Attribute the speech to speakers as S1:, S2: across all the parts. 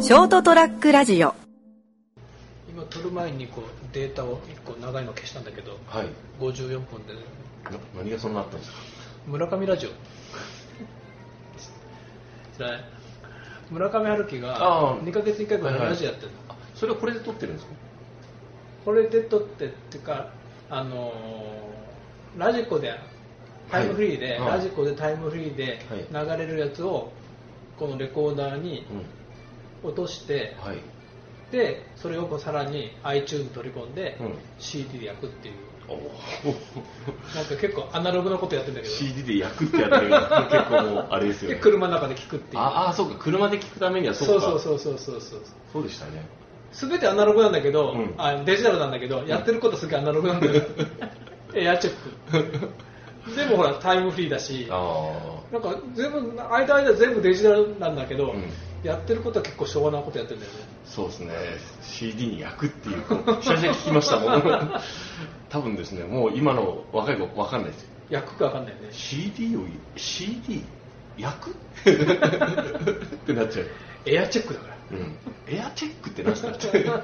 S1: ショートトラックラジオ
S2: 今撮る前にこうデータを一個長いの消したんだけど
S3: はい。
S2: 54分で、ね、
S3: な何がそんなあったんですか。
S2: 村上 ラジオそれ村上春樹
S3: あ
S2: が
S3: あ
S2: 2ヶ月1回ぐらいラジオやってるの、
S3: あ、それはこれで撮ってるんですか。
S2: これで撮ってっていうかあのーラジコでタイムフリーで、
S3: はい
S2: ラジコでタイムフリーで流れるやつをこのレコーダーに
S3: うん。
S2: 落として、
S3: はい。
S2: でそれをこうさらに iTune 取り込んで、
S3: うん
S2: CD で焼くっていう
S3: おお。
S2: なんか結構アナログなことやってんだけど
S3: CD で焼くってやったら結構もうあれですよ
S2: で
S3: ね。
S2: 車の中で聞くっていう
S3: ああ、そうか。車で聞くためには
S2: そうそう
S3: う。
S2: そうそうそうそう
S3: そうでしたね。
S2: 全てアナログなんだけど、
S3: うん
S2: あデジタルなんだけどやってることすげえアナログなんだ よエアチェックでもほらタイムフリーだし
S3: あ
S2: なんか全部間間全部デジタルなんだけど、
S3: うん
S2: やってることは結構昭和なことやってるんだよね
S3: あ、そうですね。CD に焼くっていうこう久々に聞きましたも ん。多分ですね、もう今の若い子わかんないですよ。
S2: 焼くか分かんないよね
S3: CD を CD 焼 くってなっちゃう。
S2: エアチェックだから
S3: うん、エアチェックって何した っけだ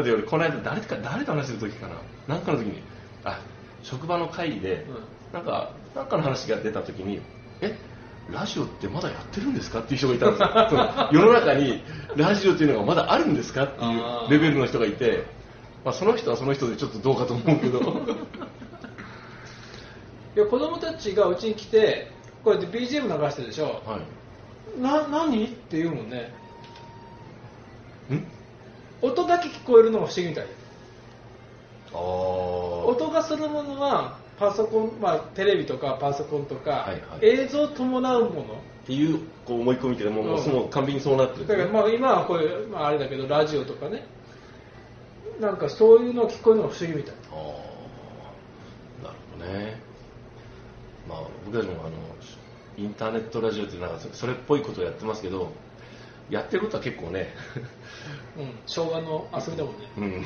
S3: って俺この間誰か誰と話してる時かななんかの時にあ職場の会議で、
S2: う
S3: なんかなんかの話が出た時にえラジオってまだやってるんですかっていう人がいたんで すよその世の中にラジオっていうのがまだあるんですかっていう
S2: あー
S3: レベルの人がいて、まあ、その人はその人でちょっとどうかと思う けど
S2: いや子供たちがうちに来てこうやって BGM 流してるでしょ、
S3: は
S2: な何って言うもんね
S3: いん
S2: 音だけ聞こえるのが不思議みたいで
S3: ああ
S2: 音がするものはパソコン、まあ、テレビとかパソコンとか、
S3: はいはい
S2: 映像を伴うもの
S3: っていうこう思い込みっていうのはもう,、
S2: うん
S3: もう完璧にそうなってるんで
S2: だ
S3: す
S2: か
S3: ね
S2: らまあ今はこういう、まあ、あれだけどラジオとかねなんかそういうのを聞こえるのが不思議みたい
S3: ああなるほどねまあ僕たちもあのインターネットラジオってなんかそそれっぽいことをやってますけどやってることは結構ね、
S2: うん、昭和の遊びだもんね、
S3: うん、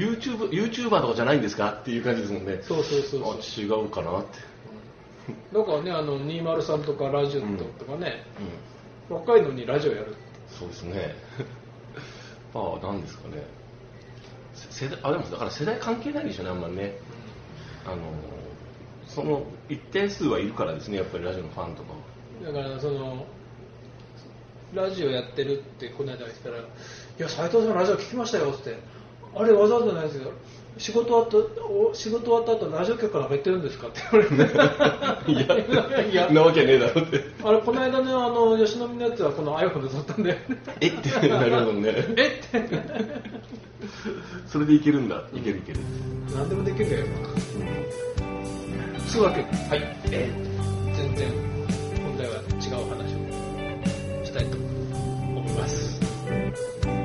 S3: YouTube YouTuber とかじゃないんですかっていう感じですもんね
S2: そうそうそうそう
S3: あ違うかなって、
S2: だからねあの203とかラジオとかね、
S3: うん、
S2: 若いのにラジオやる
S3: そうですね まあなんですかねせ世代あでもだから世代関係ないでしょうねあんまりねあのその一定数はいるからですねやっぱりラジオのファンとかは
S2: だからそのラジオやってるってこの間言ってたら「いや斉藤さんラジオ聞きましたよ」って「あれわざわざないですよ仕事終わったお仕事終わった後ラジオ局から入ってるんですか?」って言われて
S3: いや、
S2: いや
S3: なわけねえだろって。
S2: あれこの間ねあの吉野美のやつはこの iPhone で撮ったんだよね
S3: え ってなりますもんね。
S2: えって
S3: それでいけるんだ。いけるいける。
S2: 何でもできるんだよつうわけではい
S3: え
S2: 全然本題は違う話をしたいと思います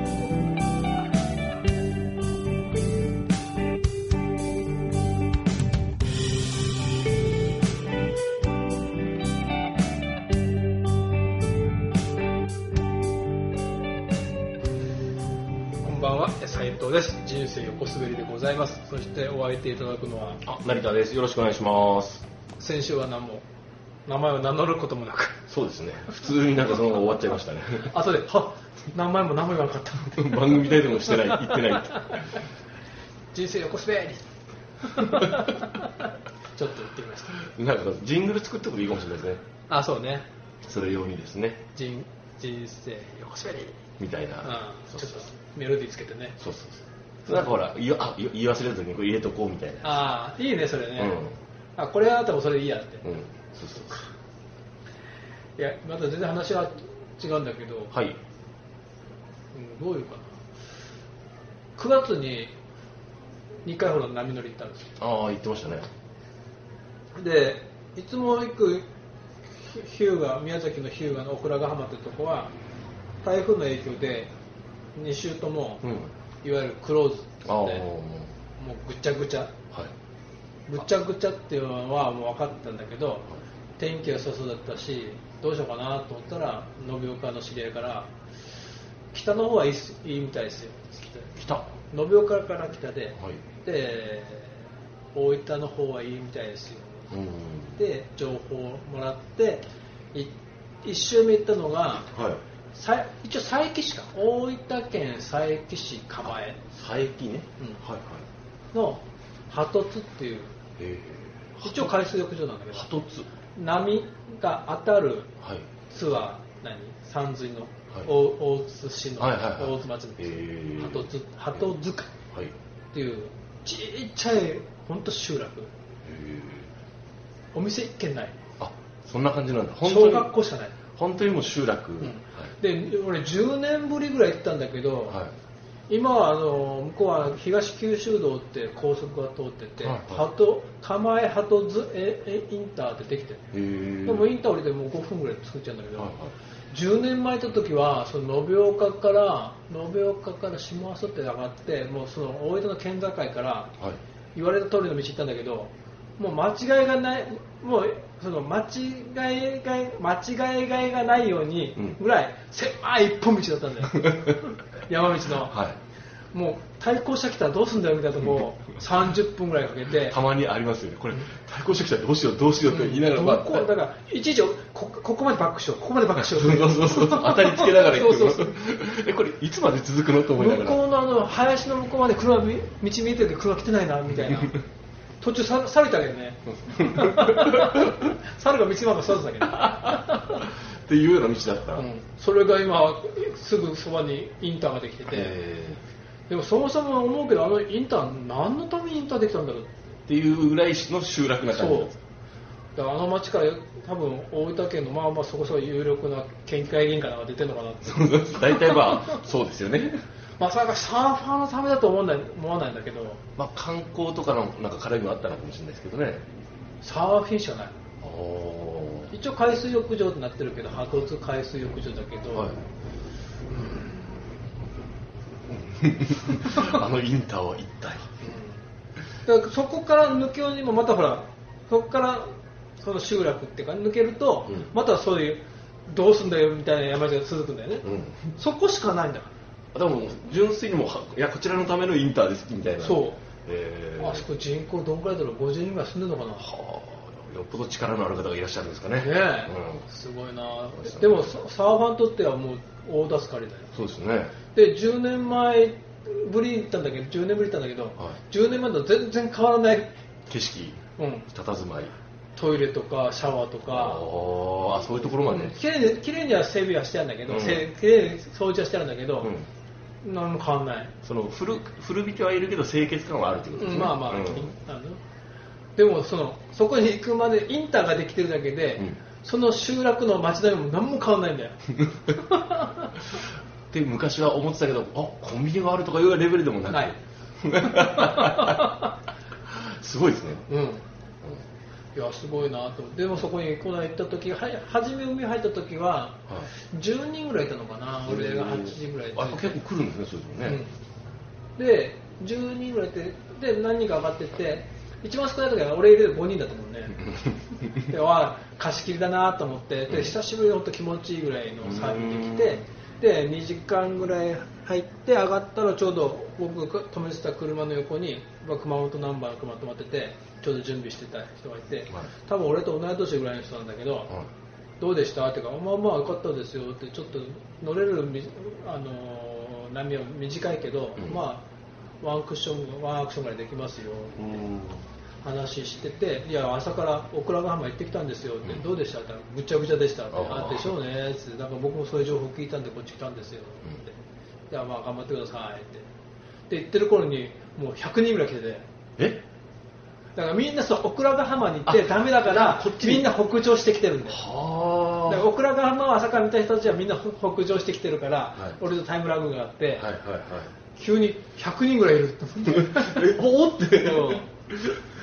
S2: こんばんは斉藤です人生横滑りでございますそしてお相手いただくのは
S3: あ、成田です。よろしくお願いします。
S2: 先週は何も名前を名乗ることもなく
S3: そうですね。普通になんかそのまま終わっちゃいましたね。
S2: あとで、はっ名前も名前がなかった。
S3: 番組タイトルもしてない、言ってないって。
S2: 人生横滑 り。ちょっと言ってみました。
S3: なんかジングル作ってこといいかもしれないですね。
S2: あ、そうね。
S3: それ用にですね。
S2: 人人生横滑り。
S3: みたいな。
S2: う
S3: そ
S2: ん、
S3: う
S2: ち
S3: そ
S2: ょ
S3: う
S2: っとメロディーつけてね。
S3: そうそうそう。なんかほら、言いあ言い言い忘れた時にこれ入れとこうみたいな。
S2: ああ、いいね、それね。
S3: うん
S2: あ、これはあったらそれでいいやって。
S3: うん。そうそうそ
S2: いや、また全然話は違うんだけど、
S3: う。はい。
S2: うん、どういうかな。9月に2回ほど波乗り行ったんですよ。
S3: ああ、言ってましたね。
S2: でいつも行くヒューガ宮崎のヒューガのオクラヶ浜ってとこは台風の影響で2週とも、
S3: うん。
S2: いわゆるクローズって
S3: ああ、
S2: 言っ
S3: も
S2: てもうぐちゃぐちゃ
S3: うはい。
S2: ぐちゃぐちゃっていうのはもう分かったんだけど天気がそうそうだったしどうしようかなと思ったら延岡の知り合いから北の方はいいっすいいみたいですよって
S3: 来た。は
S2: 言って延岡から北で、
S3: い。
S2: で大分の方はいいみたいですよ
S3: うん。
S2: で情報をもらってい1周目行ったのが
S3: はい。
S2: さ一応佐伯市か大分県佐伯市釜江
S3: 佐伯ね、
S2: うん
S3: はいはい
S2: の鳩津っていう
S3: え
S2: 一応海水浴場なんだけ
S3: え
S2: ど
S3: 鳩津
S2: 波が当たる
S3: はい
S2: 津は何山水の、
S3: はい
S2: 大大津市の、
S3: はいはいはい
S2: 大津町の
S3: えー
S2: 鳩津鳩塚っ
S3: はいへ
S2: ていうちっちゃい本当集落
S3: え
S2: お店一軒ない
S3: あそんな感じなんだ本当
S2: 小
S3: に
S2: 学校しかない、
S3: 本当にもう集落、
S2: うんで俺10年ぶりぐらい行ったんだけど、
S3: はい、はい
S2: 今はあの向こうは東九州道って高速が通ってて、
S3: はいはい
S2: 鳩釜江鳩津ええインターってできてる
S3: へえ
S2: でもインター降りてもう5分ぐらいで作っちゃうんだけど、
S3: はいはい
S2: 10年前行った時はその延岡から延岡から下阿蘇って上がってもうその大分の県境から
S3: はい
S2: 言われた通りの道行ったんだけどもう間違いがないもうその間違いが間違いがいがないように
S3: うん
S2: ぐらい狭い一本道だった んだよ山道の、
S3: は
S2: もう対向車来たらどうすんだよみたいなとこを 30分ぐらいかけ
S3: い
S2: て
S3: たまにありますよねこれ対抗してきたらどうしようどうしようって言いながら、
S2: うん
S3: まあ
S2: どこだからいちいちこここまでバックしようここまでバックし
S3: そ
S2: よ
S3: う
S2: う
S3: そうそうそう当たりつけながら行くの
S2: そうそうそう
S3: えこれいつまで続くのと思いな
S2: 向
S3: がら
S2: こうのあの林の向こうまで車み道見えてるけど車来てないなみたい な途中さ猿いたけどね猿が道の中育てたけど、
S3: っていうような道だった、
S2: うん、それが今すぐそばにインターができてて
S3: え
S2: でもそもそも思うけどあのインター何のためにインターできたんだろう
S3: ーっていうぐらいの集落な感じなんです
S2: だからあの町から多分大分県のまあまあそこそこ有力な県議会議員かなんか出てるのかなって
S3: 大体まあそうですよね、
S2: まさかサーファーのためだと思わない思わないんだけど
S3: まあ、観光とかのなんか絡みもあったのかもしれないですけどね
S2: サーフィンしかない
S3: おお
S2: 一応海水浴場ってなってるけど白骨海水浴場だけど、
S3: はい あのインターは一体
S2: だからそこから抜けようにもまたほらそこからその集落っていうか抜けると、
S3: うん
S2: またそういうどうすんだよみたいな山路が続くんだよね、
S3: うん
S2: そこしかないんだか
S3: でも純粋にもうはいやこちらのためのインターですみたい
S2: ら
S3: な
S2: そう
S3: えー、
S2: あそこ人口どんくらいだろう50人ぐらい住んでるのかな
S3: はあよっぽど力のある方がいらっしゃるんですかね
S2: ねえ、
S3: う
S2: すごいな
S3: そうですね
S2: でもササーファーにとってはもう大助かりだよ
S3: ん、そうですね
S2: で10年前ぶりに行ったんだけど10年ぶりに行ったんだけど、
S3: い
S2: 10年前と全然変わらない、
S3: 景色
S2: うん、
S3: 佇まい
S2: トイレとかシャワーと
S3: あ
S2: か
S3: あそういうところまで、
S2: きれいにきれいには整備はしてあるんだけど、
S3: うん
S2: せきれいに掃除はしてあるんだけど、
S3: うん
S2: 何も変わらない、
S3: その古古びてはいるけど清潔感はあるということです
S2: うん
S3: ね、
S2: まあまあ,、
S3: うん
S2: あのでもそのそこに行くまでインターができてるだけで、
S3: うん
S2: その集落の街並みも何も変わらないんだよ
S3: で昔は思ってたけどあコンビニがあるとかいうレベルでもなく
S2: ない
S3: すごいですね、
S2: うんいやすごいなと思ってでもそこにこの間行った時は初め海入った時は10人ぐらいいたのかな
S3: うん
S2: 俺が8時ぐらいで
S3: あ結構来るんですねそういうのね、
S2: うんで10人ぐらいいてで何人か上がってって一番少ない時は俺入れて5人だったもんねでわあ貸し切りだなと思って
S3: う
S2: で
S3: ん
S2: 久しぶりに本当気持ちいいぐらいの3人で来
S3: う
S2: てで2時間ぐらい入って上がったらちょうど僕が止めてた車の横にまあ熊本ナンバーの車止まっててちょうど準備してた人がいて、多分俺と同い年ぐらいの人なんだけど、
S3: はい
S2: どうでしたってかまあまあ良かったですよってちょっと乗れるみあのー波は短いけど、
S3: うん
S2: まあワンクッションワンアクションぐらいできますよ
S3: うん
S2: 話してていや朝からオクラガ浜行ってきたんですよって、
S3: うん
S2: どうでしたってぐちゃぐちゃでしたって
S3: あ
S2: あ
S3: あ
S2: でしょうねってなんか僕もそういう情報聞いたんでこっち来たんですよって、いやまあ頑張ってくださいってで言ってる頃にもう100人ぐらい来てて
S3: え
S2: だからみんなそうオクラガ浜に行って
S3: あ
S2: ダメだから
S3: こっちに
S2: みんな北上してきてるんで
S3: は
S2: だからオクラガ浜を朝から見た人たちはみんな 北上してきてるから、
S3: はい
S2: 俺とタイムラグがあって、
S3: はいはい
S2: 急に100人ぐらいいるって
S3: はいえおおって
S2: うん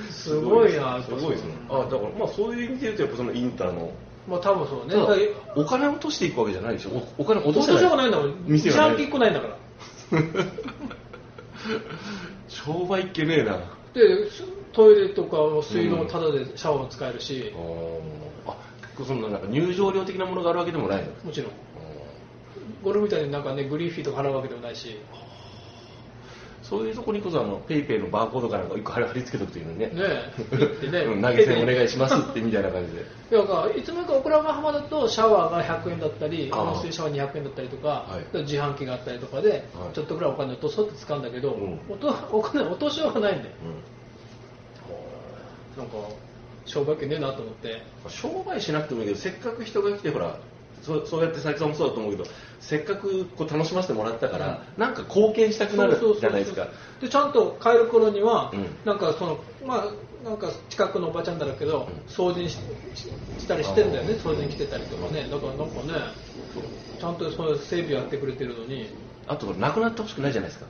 S2: すごいな
S3: すごいですねあだからまあそういう意味で言うとやっぱそのインターの
S2: まあ多分そうね
S3: ただ
S2: だ
S3: お金を落としていくわけじゃないでしょおお金落
S2: 落
S3: と
S2: と
S3: してな
S2: し
S3: い
S2: ようがないんだもん
S3: 店
S2: 自
S3: がない
S2: 販機1個ないんだから
S3: 商売っけねえな
S2: ですトイレとか水道もタダでシャワーも使えるし、
S3: あ結構そのなんか入場料的なものがあるわけでもないの
S2: もちろんゴルフみたいになんかねグリーンフィーとか払うわけでもないし
S3: そういうとこにこそあのペイペイのバーコードかなんか1個貼り付けとく というのにね
S2: ねえ行ってね
S3: うん投げ銭お願いしますってみたいな感じで
S2: 要はいつもかオクラマ浜だとシャワーが100円だったり
S3: あー
S2: 温水シャワー200円だったりとか、
S3: はい
S2: 自販機があったりとかで、
S3: はい
S2: ちょっとぐらいお金落とそうって使うんだけど、
S3: うん
S2: おとお金落としようがないんだよ
S3: う
S2: なんか商売権ねえなと思って
S3: ん商売しなくてもいいけどせっかく人が来てほらそそうやって佐々木さんもそうだと思うけどせっかくこう楽しませてもらったから、なんか貢献したくなる
S2: そうそうそうそう
S3: じゃないですか
S2: でちゃんと帰る頃には、
S3: うん
S2: なんかそのまあなんか近くのおばちゃんだけど、
S3: うん
S2: 掃除にしししたりしてんだよね
S3: あー
S2: 掃除に来てたりとかねだからなんかねちゃんとその整備やってくれてるのに、
S3: あとなくなってほしくないじゃないですか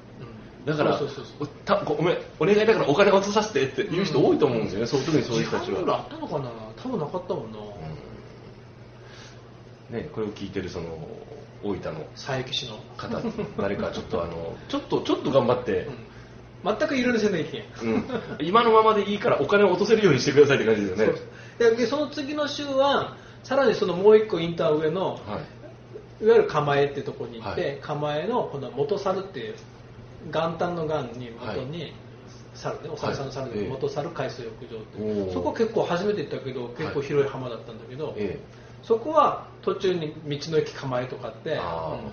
S2: うん
S3: だから
S2: そうそうそうそう
S3: おたごめんお願いだからお金落とさせてっていう人多いと思うんですよね、そう特にそういう人たち
S2: 時間ルールあ
S3: は、
S2: ったのかな多分なかったもんな、
S3: うんね、これを聞いてるその大分の
S2: 佐伯市の、
S3: 方誰かちょっとあのちょっとちょっと頑張って、
S2: うん、全く色々せない意見
S3: うん今のままでいいからお金を落とせるようにしてくださいって感じですよね
S2: そうでその次の週はさらにそのもう一個インター上の
S3: はい
S2: いわゆる釜江ってとこに行って、
S3: はい
S2: 釜江のこの元猿っていう元旦の元に元に、猿ね、お猿さんの猿
S3: はい
S2: で
S3: ええ
S2: 元猿海水浴場っていう、
S3: おー
S2: そこ結構初めて行ったけど結構広い浜だったんだけど、
S3: え
S2: そこは途中に道の駅釜江とかあって
S3: えああ、
S2: うん
S3: はいはい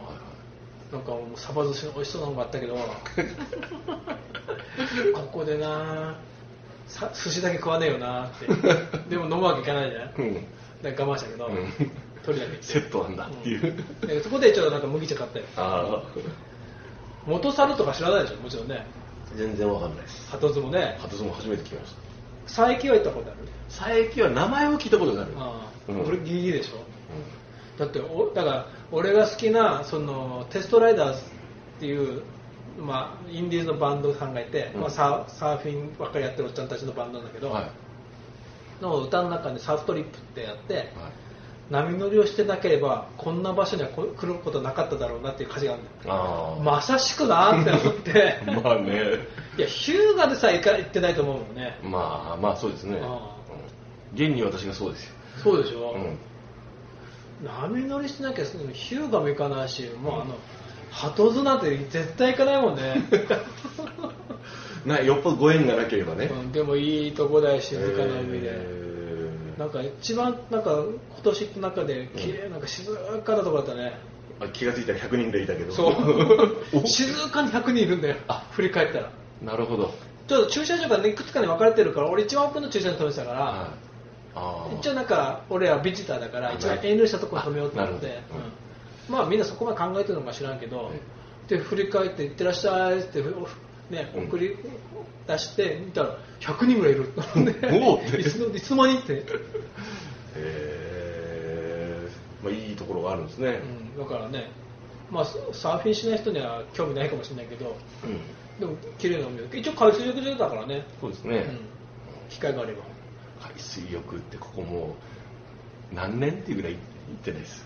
S2: なんかもうサバ寿司の美味しそうなのがあった けどここでなさ寿司だけ食わねえよなってでも飲むわけいかないじゃん
S3: うん、
S2: だから我慢したけど、
S3: うん
S2: 取りだけ
S3: セットなんだっていう、
S2: うんでそこでちょっとなんか麦茶買ったよ
S3: ああ
S2: 元猿とか知らないでしょもちろんね
S3: 全然わかんないです
S2: 鳩相撲ね
S3: 鳩相撲初めて聞きました
S2: 佐伯は行ったことある
S3: 佐伯は名前を聞いたことがある、
S2: ああ、
S3: うん
S2: 俺ギリギリでしょだっておだから俺が好きなそのテストライダーズっていう、まあ、インディーズのバンドさんがいて、
S3: うん
S2: まあ、サーサーフィンばっかりやってるおっちゃんたちのバンドなんだけ
S3: う
S2: ど、
S3: んはい、
S2: の歌の中にサーフトリップってやって
S3: はい
S2: 波乗りをしてなければこんな場所にはこ来ることなかっただろうなっていう歌詞があるんだよ
S3: ああ
S2: まさしくなーって思って
S3: まあね
S2: いやヒューガでさえ行か行ってないと思うもんね
S3: まあまあそうですね、
S2: あ
S3: うん現に私がそうですよ、
S2: そうでしょ、
S3: うん
S2: 波乗りしなきゃそのヒューガも行かないしもうあの鳩図なんて絶対行かないもんね
S3: なよっぽどご縁がなければ ね、
S2: うんでもいいとこだよ静かな海で、
S3: えー
S2: なんか一番なんか今年の中で綺麗なんか静かなとこだったね、
S3: あ気がついたら100人でいたけど
S2: そう
S3: お
S2: 静かに100人いるんだよあ振り返ったら
S3: なるほど
S2: ちょっと駐車場がねいくつかに分かれてるから俺一番奥の駐車場に止めてたから、
S3: ああー
S2: 一応なんか俺はビジターだから
S3: はい
S2: 一番遠慮したところ止めようと思って、
S3: なるほど
S2: うんまあみんなそこまで考えてるのか知らんけど、
S3: はい
S2: で振り返って「いってらっしゃい」ってふ、ね、
S3: うん
S2: 送り出して見たら100人ぐらいい る
S3: おお
S2: ねいつのいつの間に って、
S3: えーまあ、いいところがあるんですね、
S2: うんだからね、まあ、サーフィンしない人には興味ないかもしれないけど
S3: うん
S2: でも綺麗な海だ一応海水浴場だからね、
S3: そうです
S2: う
S3: ね、
S2: ん、機会があれば
S3: 海水浴ってここもう何年っていうぐらい行ってないです、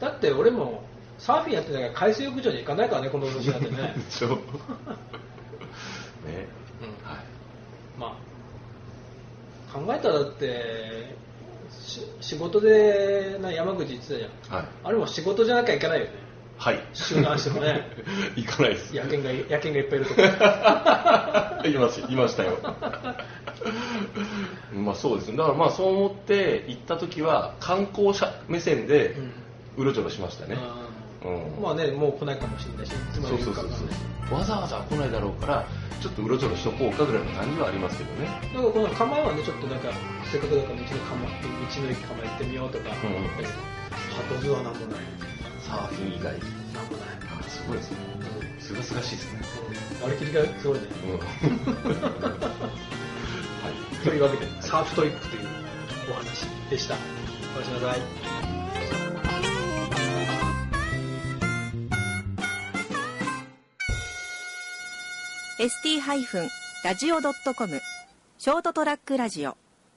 S2: だって俺もサーフィンやってないから海水浴場に行かないからねこの年になってね
S3: そ うね、
S2: うん
S3: はい
S2: まあ、考えたらだってし仕事でな山口行ってたじゃん
S3: はい
S2: あれも仕事じゃなきゃいけないよね
S3: はい
S2: 集団してもね
S3: 行かないです
S2: 野犬が野犬がいっぱいいると か
S3: いますいましたよ まあそうですねだからまあそう思って行った時は観光者目線で
S2: うん
S3: うろちょろしましたね、
S2: うん
S3: うん
S2: まあねもう来ないかもしれないしいつま
S3: そ
S2: で
S3: う
S2: い
S3: そ
S2: るかわ
S3: うそう
S2: かんない
S3: そうわざわざ来ないだろうからちょっとうろちょろしとこうかぐらいの感じはありますけどね
S2: だからこの構えはねちょっとなんかせっかくだから道の構え道の駅構え行ってみようとか、
S3: うんうん
S2: 鳩図はなんもない
S3: サーフィン以
S2: な
S3: 外
S2: んもない、
S3: あすごいですねすがすがしいですね
S2: 割り切りがすごいね、
S3: うんはい
S2: というわけでサーフトリップというお話でしたおやすみなさい
S1: ー ST-radio.com ショートトラックラジオ